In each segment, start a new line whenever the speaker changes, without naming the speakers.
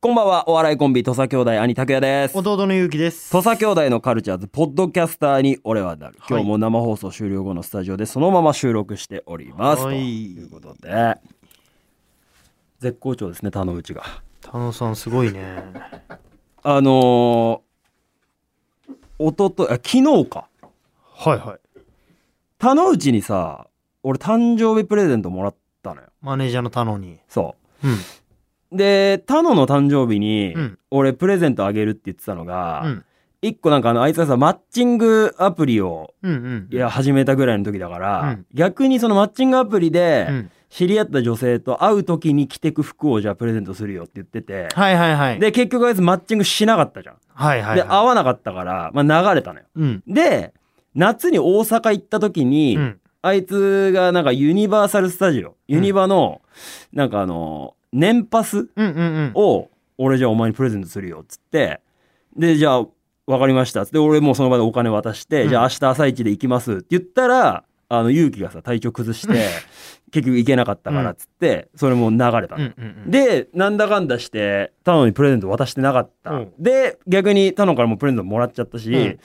こんばんは、お笑いコンビ、土佐兄弟、兄拓也です。
弟のゆうきです
土佐兄弟のカルチャーズ、ポッドキャスターに俺はなる。今日も生放送終了後のスタジオでそのまま収録しております。
は
と
い
いうことで、絶好調ですね、田之内が。
田野さんすごいね
あのー、おととい、あ昨日か。
はいはい
田之内にさ、俺誕生日プレゼントもらったのよ。
マネージャーの田野に
そ
うん
う。で、田野の誕生日に、
うん
俺プレゼントあげるって言ってたのが、
うん
一個なんかあの、あいつがさ、マッチングアプリを、
うんうん
いや、始めたぐらいの時だから、
うん
逆にそのマッチングアプリ
う
で、
ん
知り合った女性と会う時に着てく服をじゃあプレゼントするよって言ってて、
はいはいはい
で、結局あいつマッチングしなかったじゃん。
はいはいはい
で、会わなかったから、まあ流れたのよ。
うん
で、夏に大阪行った時に、
うん
あいつがなんかユニバーサルスタジオ、ユニバの、なんかあの、年パス
うんうんうん
を、俺じゃあお前にプレゼントするよ、っつって、で、じゃあ、わかりました、つって、俺もうその場でお金渡して、
うん
じゃあ明日朝一で行きますって言ったら、あの、勇気がさ、体調崩して、結局行けなかったから、つって、それもう流れたの。
うんうん
で、なんだかんだして、タノにプレゼント渡してなかった。
うん
で、逆にタノからもプレゼントもらっちゃったし、
うん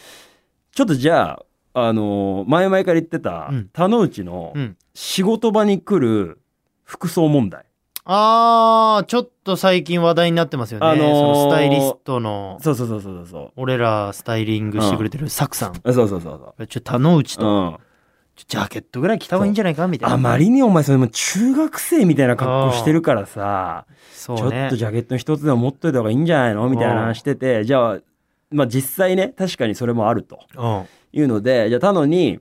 ちょっとじゃあ、あのー前々から言ってた
うん、
タノウチの
うん
仕事場に来る服装問題。
あーちょっと最近話題になってますよね、
あのー
そのスタイリストの
そうそうそうそうそう。
俺らスタイリングしてくれてるサクさん、
あそうそうそう
ちょ田野内
そう。
と、
うん。
ちょジャケットぐらい着た方がいいんじゃないかみたいな
あまりにお前それも中学生みたいな格好してるからさ、ち
そ
ょ
う
っ
ね
とジャケット一つでも持っといた方がいいんじゃないのみたいな話してて、じゃあ、まあ実際ね、確かにそれもあると。
うん
いうので、じゃあ、他のに、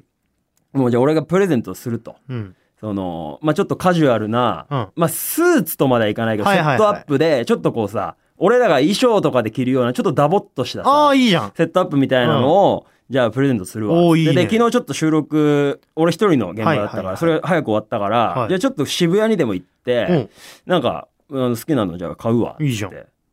もうじゃあ俺がプレゼントすると。
うん
その、まあ、ちょっとカジュアルな、
うん
まあ、スーツとまではいかないけど、
はいはいはい
セットアップで、ちょっとこうさ、俺らが衣装とかで着るような、ちょっとダボっとした
あ
さ
あ、いいじゃん
セットアップみたいなのを、じゃあプレゼントするわ。
おーいいね
でで、昨日ちょっと収録、俺一人の現場だったから、
はいはいはい
それ早く終わったから、
はい
じゃあちょっと渋谷にでも行って、
うん
なんか、あの好きなのじゃあ買うわって。
いいじゃん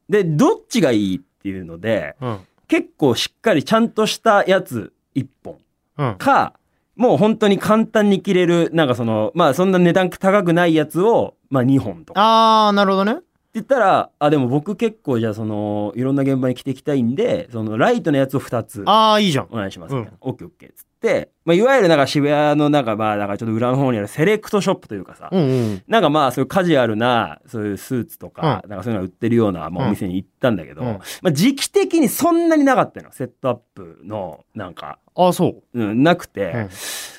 で、どっちがいいっていうので、
うん
結構しっかりちゃんとしたやつ一本。
うん
か、もう本当に簡単に着れる、なんかその、まあそんな値段高くないやつを、まあ2本とか。って
ああなるほどね
言ったら、あ、でも僕結構じゃあその、いろんな現場に着てきたいんで、そのライトのやつを2つ
ああいいじゃん
お願いします
うん
みたいな。オッケーオッケーっつって、まあいわゆるなんか渋谷のなんかまあなんかちょっと裏の方にあるセレクトショップというかさ、
うんうん
なんかまあそういうカジュアルな、そういうスーツとか、なんかそういうのが売ってるような、まあ
うん
お店に行ったんだけど、
うん
まあ時期的にそんなになかったの。セットアップの、なんか、
ああそう
うん、なくて、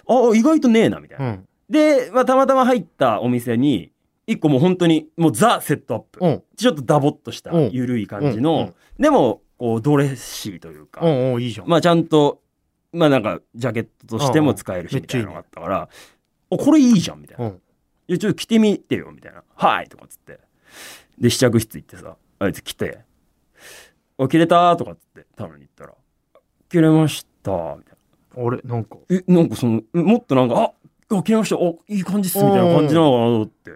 うん
あ、意外とねえな、みたいな。
うん
で、まあ、たまたま入ったお店に、一個もう本当に、もうザ・セットアップ。
うん
ちょっとダボっとした
うん、
ゆるい感じ
う
の
ん、
でも、こう、ドレッシーという
う
か、
んうんいいじゃん
まあ、ちゃんと、まあ、なんか、ジャケットとしても使える
うん
し、
うん
みたいなのがあったから、お、これいいじゃん、みたいな。
う
い
ん
や、ちょっと着てみてよ、みたいな。はいとかっつって。で、試着室行ってさ、あいつ来て、あ、着れたとかっつって、頼みに行ったら、着れました、みたいな。
あれな んか
え、なんかその、えもっとなんか、あ、あ切れました、あ、いい感じっす、みたいな感じなのかなと思って。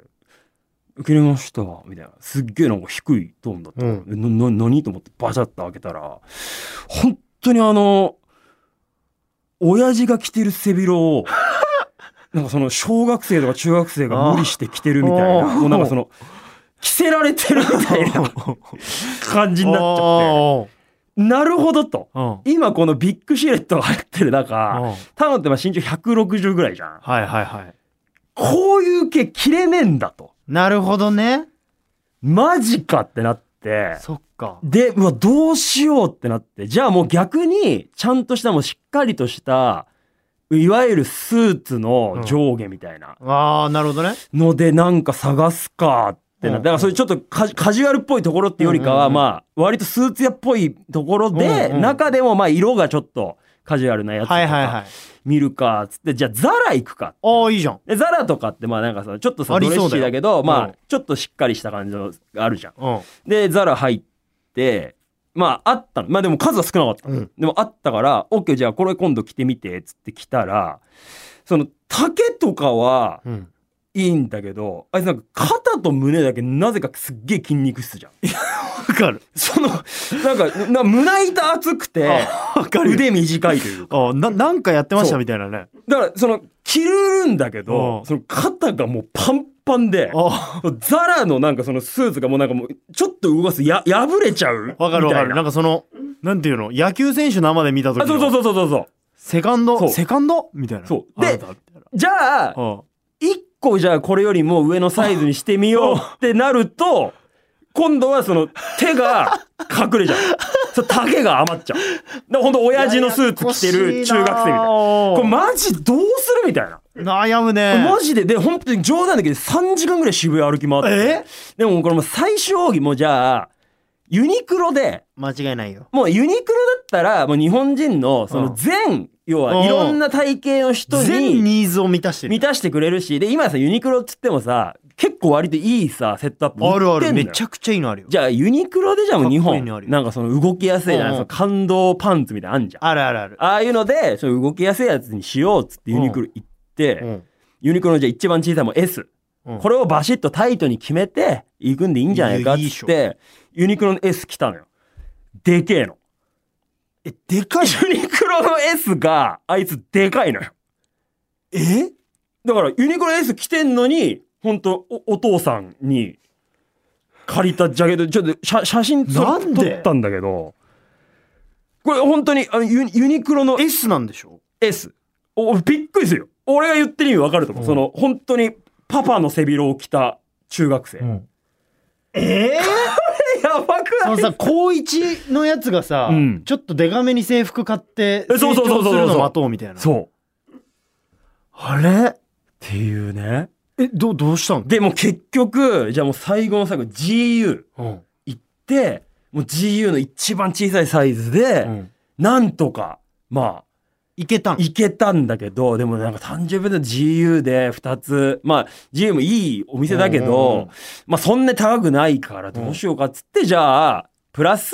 切れました、みたいな。すっげえなんか低いトーンだったから。
う
えな、な、何と思ってバシャッと開けたら、本当にあの、親父が着てる背広を、なんかその、小学生とか中学生が無理して着てるみたい
あ
な、
ー
もうなんかその、着せられてるみたいな感じになっちゃっ
あ
て、なるほどと。
あうん
今このビッグシルエットが入ってる中、
うん
タノってまあ身長160ぐらいじゃん。
はいはいはい
こういう毛切れねえんだと。
なるほどね
マジかってなって。
そっか
で、うわ、どうしようってなって。じゃあもう逆に、ちゃんとしたもうしっかりとした、いわゆるスーツの上下みたいな
ああなるほどね
のでなんか探すかってなって。
う
だ
ん
からそれちょっとカジカジュアルっぽいところっていうよりか
うんうん
は、
うん
まあ、割とスーツ屋っぽいところで、
うんうん
中でもまあ色がちょっとカジュアルなやつと
はいはいは
か
い
見るか、つって、じゃあザラ行くかって
ああいいじゃん
でザラとかってまあなんかさちょっとさ
あ
ド
り
レッ
そうだ
シ
よ
ーだけどま
う
あ
ん
ちょっとしっかりした感じのがあるじゃん。
うん
でザラ入ってまああったのまあでも数は少なかったの、
うん
でもあったからオッケーじゃあこれ今度着てみてっつって着たらその丈とかは
うん
いいんだけどあいつなんか肩と胸だけなぜかすっげえ筋肉質じゃん。
わかる
そのなんかな胸板厚くて
わかる
腕短いというか
あななんかやってまし
そ
た
う
みたいなね
だからその着るんだけ
う
ど
ん
その肩がもうパンパンで、
あ
ザラのなんかそのスーツがもうなんかもう、ちょっと動かすとや、破れちゃうみたいな。
わかるわかる。なんかその、なんていうの、野球選手生で見た時
あ、
の
そうそうそうそうそうそう。
セカン
そ
ド、
う
セカンドみたいな。
そうで
あなたみたいな
じゃあ、
あ
一個じゃあこれよりも上のサイズにしてみようってなると、今度はその手が隠れちゃう。その丈が余っちゃう。だからほんと親父のスーツ着てる中学生みたいな。これ
な。
マジどうするみたいな。
悩むね。
マジで、で、本当に冗談だけど3時間ぐらい渋谷歩き回って。でもこれもう最終奥義もうじゃあ、ユニクロで、
間違いないよ。
もうユニクロだったら、もう日本人のそうの
ん
全、要はいろんな体型の人
全
に
ニーズを満たしてる。
満たしてくれるし、で、今さ、ユニクロっつってもさ、結構割といいさ、セットアップ売ってんの
ある
よ。
ある。めちゃくちゃいいのあるよ。
じゃあユニクロでじゃあもう日
かっこいい
本、
のあるよ
なんかその動きやすいじゃない
うん
その
うん
感動パンツみたいなのあんじゃん。
あるあるある。
ああいうので、その動きやすいやつにしようっつってユニクロ行って、
うん
ユニクロのじゃあ一番小さいもん S。
うん
これをバシッとタイトに決めて、行くんでいいんじゃないかっ
い
つ
いでし
っ
ょ
て、ユニクロの S 来たのよ。でけえの。
え、でかいの
ユニクロの S が、あいつでかいのよ。
え
だから、ユニクロ S 着てんのに、ほんと、お、お父さんに、借りたジャケット、ちょっと、写、写真それ
なんで
撮ったんだけど、これ本当に、あの、ユニユニクロの
?S なんでしょ
S。お、びっくりするよ。俺が言ってる意味わかると思う。
うん
その、本当に、パパの背広を着た中学生。
え
やばく
そ
な
の
い
さ、高一のやつがさ
うん、
ちょっとデカめに制服買って、
え
成
そう
長
そうそうそうそう
するの待とうみたいな。
そう。っ
あれ
ていうね。
え、ど、どうしたん
で、もう結局、じゃあもう最後の最後、GU
うん
行って、もう GU の一番小さいサイズで、
うん
なんとか、まあ、
いけたん
行けたんだけど、でもなんか30分で GU で2つ、まあ GU もいいお店だけど、
うんうんうん
まあそんなに高くないからどうしようかっつって、じゃあ、プラス、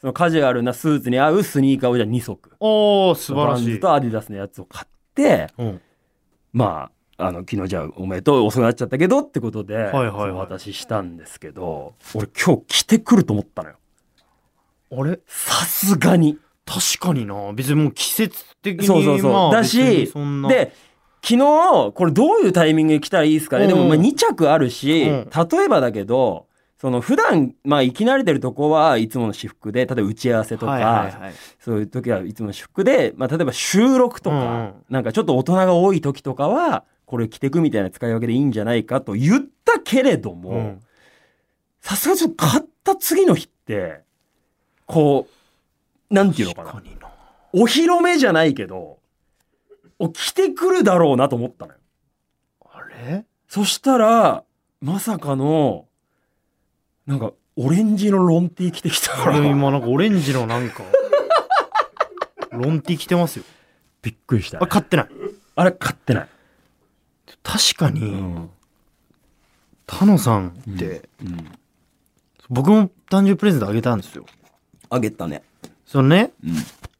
そのカジュアルなスーツに合うスニーカーをじゃあ2足。
おー、素晴らしい
ブ。ランドとアディダスのやつを買って、
うん
まあ、あの、昨日じゃあおめでとう遅くなっちゃったけどってことで、
いはいはい
そうお渡ししたんですけど、俺今日着てくると思ったのよ。
あれ
さすがに。
確かにな別にもう季節的に
そうそうそう
まあ
だし
別にそんな
で、昨日、これどういうタイミングで着たらいいですかね、
うん
でもまあ2着あるし、
うん
例えばだけど、その普段、まあ、生き慣れてるとこはいつもの私服で、例えば打ち合わせとか、
はいはいはい
そういう時はいつもの私服で、まあ、例えば収録とか、
うんうん
なんかちょっと大人が多い時とかは、これ着てくみたいな使い分けでいいんじゃないかと言ったけれど
う
も
ん、
さすがにちょっと買った次の日って、こう、なんていうのか
確
な
か。にな
お披露目じゃないけど、お来てくるだろうなと思ったのよ。
あれ
そしたら、まさかの、なんか、オレンジのロンティー着てきたか
俺
ら、
今なんかオレンジのなんかロンティ着てますよ
びっくりした
あ。買ってない
あれ、買ってない。
確か
う
に
ん。
タノさんって僕も誕生日プレゼントあげたんですよ
あげたね。
そのね
うん。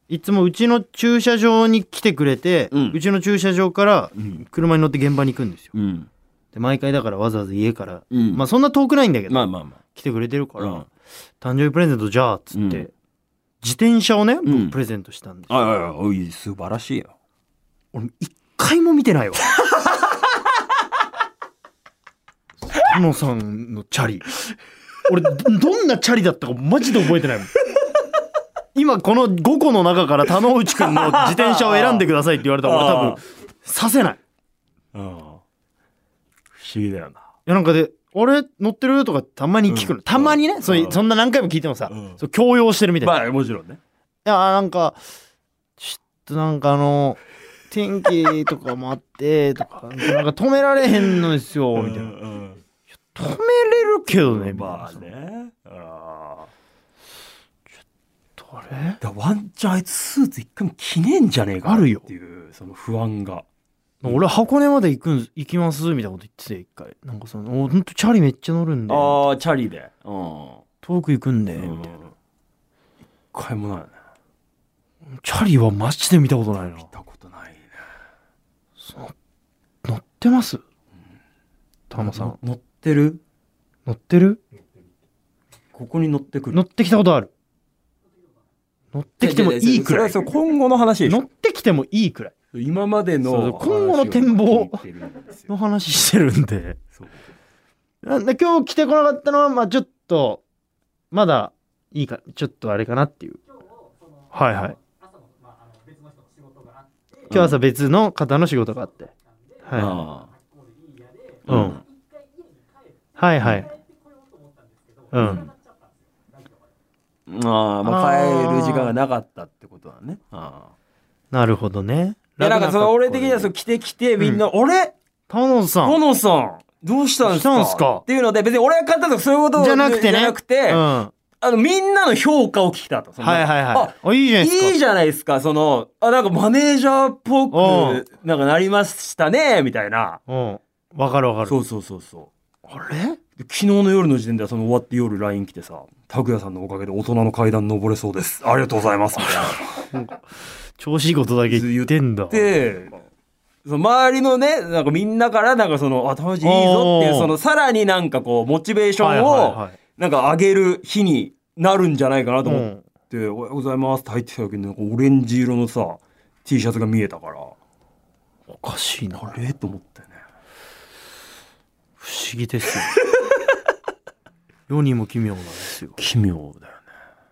いつもうちの駐車場に来てくれて
うん
うちの駐車場から
うん
車に乗って現場に行くんですよ
うん。
で毎回だからわざわざ家から
うん
まあそんな遠くないんだけど
まあまあまあ。
来てくれてるから
うん
誕生日プレゼントじゃあっつって、
うん
自転車をね、僕
うん
プレゼントしたんです
ああ、あおい、素晴らしいよ。
俺一回も見てないわ佐野さんのチャリ俺どどんなチャリだったかマジで覚えてないもん今この5個の中から田之内くんの自転車を選んでくださいって言われたら俺多
あ
分させないい
うん。不思議だよな。
やなんかで「俺乗ってる?」とかたまに聞くの、
うん
たまにねそれ
うん
そんな何回も聞いてもさ、
うん
そう強要してるみたいな、
まあ、もちろんね。
いやなんかちょっとなんかあの天気とかもあってとかなんか止められへんのですよみたいな止めれるけどねみたいな
まあね。ああ。
あれ
だからワンチャンあいつスーツ一回も着ねえんじゃねえかな
あるよ
っていうその不安が
俺箱根まで行くん行きますみたいなこと言ってて一回なんかその「おほんとチャリめっちゃ乗るんで
あチャリでうん
遠く行くんで」み
み
た
た
い
いな一回もないね
なチャリはマジで見たことないな
見たことないね
乗ってますタマさん
乗ってる
乗ってる
ここに乗ってくる
乗ってきたことある乗ってきてもいいくらい
それは今後の話でし
乗
ょ
ってきてもいいくらい
今まで
そうそう
の
今後の展望
話を聞いてるんですよ
の話してるんで。
そう
なんで今日来てこなかったのは、まあちょっと、まだいいか、ちょっとあれかなっていう。はいはい。今日朝別の方の仕事があって。は
あ
い。うん。はいはい。うん。
ーあーまあ帰る時間がなかったってことだねあ
なるほどね。
あなんかその俺的にはそう
う。
来て来てみんな「あれ
タノさん。
小野さんどうしたんです
どうし
か?」
たんすか
っていうので別に俺が買ったとかそういうこと
じゃなくてね。
じゃなくて
うん。は
あのみんなの評価を聞きたとそ
い
の
はいは
あ
い。あ、いいじゃないですか。
いいじゃないですか、その、あ、なんかマネージャーっぽ
うん
く、なんかなりましたね、みたいな。
うん。わかるわか
そ
る。
うそうそうそ
あれ
う。で昨日の夜の時点では、その終わって夜 LINE 来てさ、拓也さんのおかげで大人の階段登れそうです。ありがとうござい ます。みたいな
調子いいことだけ言ってんだ。
で、その周りのね、なんかみんなから、なんかその、あ、楽しいいいぞっていう、
おー
その、さらになんかこう、モチベーション
はいはい
を
は、い
なんか上げる日になるんじゃないかなと
う
思っ
ん。
て、おはようございますって入ってきた時に、なんかオレンジ色のさ、T シャツが見えたから。
おかしいな。
あれと思ったよね。
不思議です よ。世にも奇妙なんですよ。
奇妙だよね。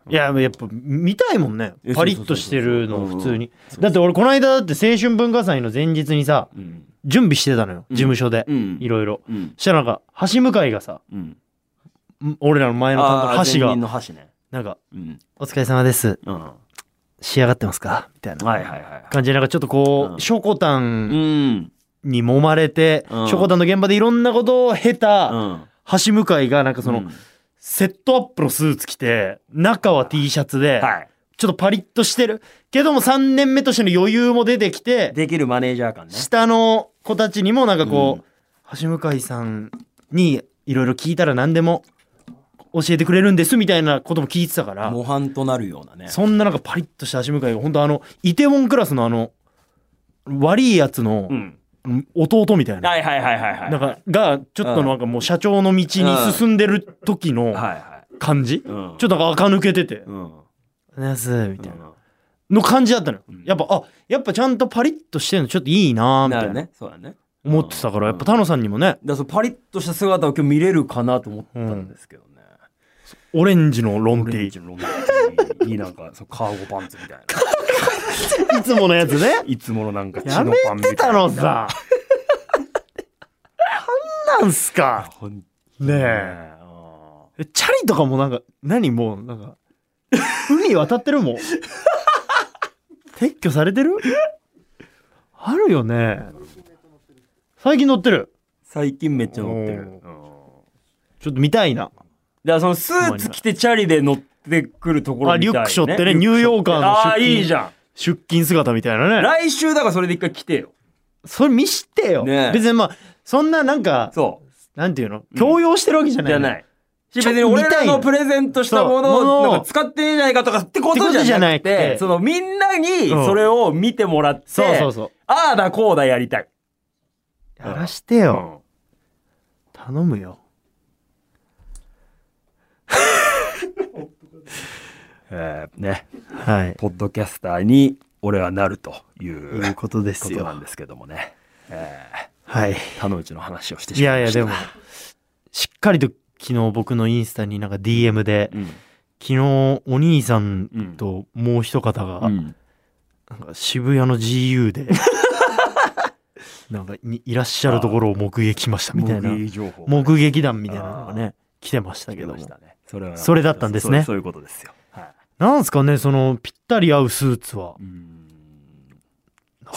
いや、やっぱ見たいもんね
え。
パリッとしてるの普通に
そうそうそう。
だって俺この間だって青春文化祭の前日にさ、
うん。
準備してたのよ。事務所で。
うん
いろいろ。
うん
そ。したらなんか、橋向かいがさ、
うん。
ん俺らの前の担当、
前
橋が
輪、の箸ね。
なんか、
うん。
お疲れ様です。
うん。は
仕上がってますかみたい
い
な
はいは
感じで、なんかちょっとこ
うん
う、ショコタ
い。
ン
ん。
に揉まれて、シ
うん
ョコタンの現場でいろんなことを経た、
ん。
橋向かいがなんかそ
うん
の、セットアップのスーツ着て、中は T シャツで、
は
ちょっとパリッとしてる。けども3年目としての余裕も出てき
い。
て、
できるマネージャー感ね。
下の子たちにもなんかこう、
うん
橋向井さんにいろいろ聞いたら何でも教えてくれるんですみたいなことも聞いてたから、
模範となるようなね。
そんななんかパリッとした橋向井が本当あの、イテウォンクラスのあの、悪いやつの
ん。
弟みたいな。
はいはいはいはいはい。
なんか、が、ちょっとなんかもう社長の道に進んでる時の
はいはい。
感じ、
うん。
ちょっとなんか垢抜けてて、
うん。
おはようございますみ
み
たいな。の感じだったのよ、やっぱあやっぱちゃんとパリッとしてるのちょっといいなーみ
な
た
る
いな
ね。そうだね。だか
思ってたから
う
や
ん
っぱ田野さんにもね
らそのパリッとした姿を今日見れるかなと思ったんですけどね。
オレンジのロン
オ
テ
レン
ィ
ジのロングティーになんか、そうカーゴパンツみたいな。
いつものやつ ね
いつものなんか血
や
の
め
パンみたい
て
な。
たのさなんなんすか
ほん
ねえ
ねうん
チャリとかもなんか何もうなんか海渡ってるもん撤去されてるあるよね最近乗ってる
最近めっちゃ乗ってる。
お
う
ー
んだか
ちょっと見たいな
らそのスーツ着てチャリで乗ってくるところみたい、ね、
あリュック背負ってねニューヨーカーの
ああー
出勤
いいじゃ。
出勤姿みたいなんね
来週だからそれで一回来てよ。
それ見してよ。
ねえ
別にまあ、そんななんか、
そう。
なんていうの強要してるわけじゃない。
じゃない。
ちょ
別に俺
見た
ら
いの
のプレゼントしたも
そうも
のを
のを
なんか使ってねえじゃないかとかってことじゃなく
ってことじゃなく
て、
て
そのみんなにそれを見てもらって、
そうそうそ
ああだこうだやりたい。
う。やらして
う
よ。
ん
頼むよ。
えーね、
はい。
ポッドキャスターに俺はなるとい
という
うこ
ことです
とな
よ
ん。ですけどもね。え
は
ー、
い。
他のうちの話をして
い
しまい
やい
ま
や、
した。
でも、しっかりと昨日僕のインスタになんか DM で、
うん、
昨日お兄さんともう一方
う
が、
ん
なんか渋谷の GU で、なんかにいらっしゃるところを目撃しましたみたいな
目。撃情報
目撃談みたいなのがね、来てましたけども。
それは
それだったんですね
そうそういうことですよ。はい。
なんすかねそのぴったり合うスーツは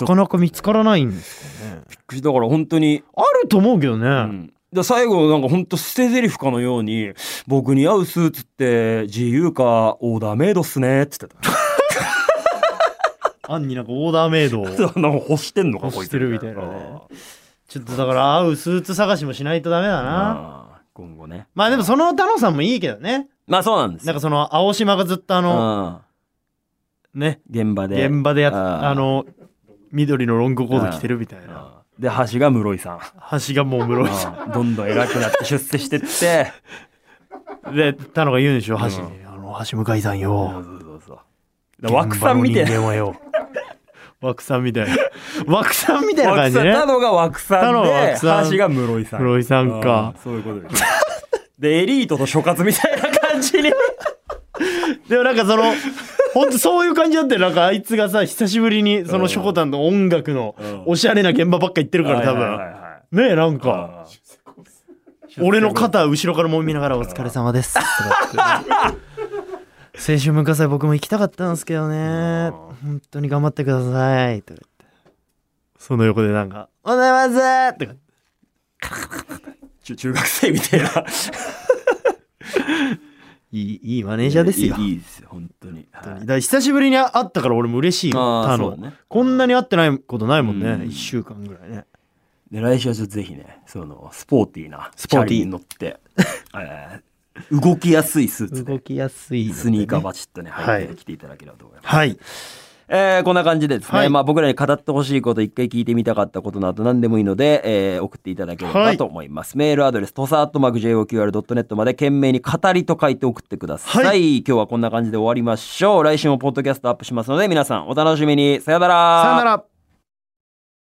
なかなか見つからないんですかね
だから本当に、
あると思うけどね、
うんだ最後なんか本当捨て台詞かのように僕に合うスーツって自由かオーダーメイドっすねって言ってた。
あんになんかオーダーメイドを
なんか欲してんのか
欲してるみたいなね
こいつ
ちょっとだから合うスーツ探しもしないとダメだな
ああ今後ね。
まあでもその太郎さんもいいけどね
まあそうなんです
なん
よ。
かその青島がずっとあのね
うん現場で。
現場でやっ
あー
あの緑のロングコート着てるみたいな
うんで橋が室井さん。
橋がもう室井さ
うんどんどん偉くなって出世してって。
んで太郎が言うんでしょ橋に
う
あの橋向井さん
そう
よ
そうそうそう。だから枠さん見て
現場の人間はよ枠さんみたいな。 枠さんみたいな
枠
感じ
さん
ね
太。郎が枠
太
さん
郎は
で
枠さん
話が室井さん
室井さんか
あーそういうことですでエリートと諸葛みたいな感じに
でもなんかその、ほんとそういう感じだったよ。なんかあいつがさ、久しぶりにそのしょこたんの音楽の
うん
おしゃれな現場ばっか行ってるから多
はいはい
分。
はいはい
ねえ、なんか、俺の肩後ろからもみながらお疲れ様です。とかって青春文化祭僕も行きたかったんですけどね。本当に頑張ってください。とか言ってその横でなんか、おはようございますとか
中中学生みた いない
い、いいマネージャーですよ。
いいいいですよ本当に
本当
は
にだ
い
から久しぶりに会ったから俺も嬉しいよ
あー
他
そうだ
の
ね
こんなに会ってないことないもんね
うん
1週間ぐらいね
で来週はちょっとぜひねそのスポーティーな
スポーティー
チャリに乗 って、えー動きやすいスーツで
動きやすいのでね
スニーカーバチッとね
は
履
い
いてきていただければと思います、
はい
えーこんな感じでですね、
はい
まあ、僕らに語ってほしいこと一回聞いてみたかったことなど何でもいいので、えー送っていただければと思います、メールアドレスとさっとまく JOQR.net まで懸命に語りと書いて送ってください、
は
今日はこんな感じで終わりましょう来週もポッドキャストアップしますので皆さんお楽しみにさよなら
さよなら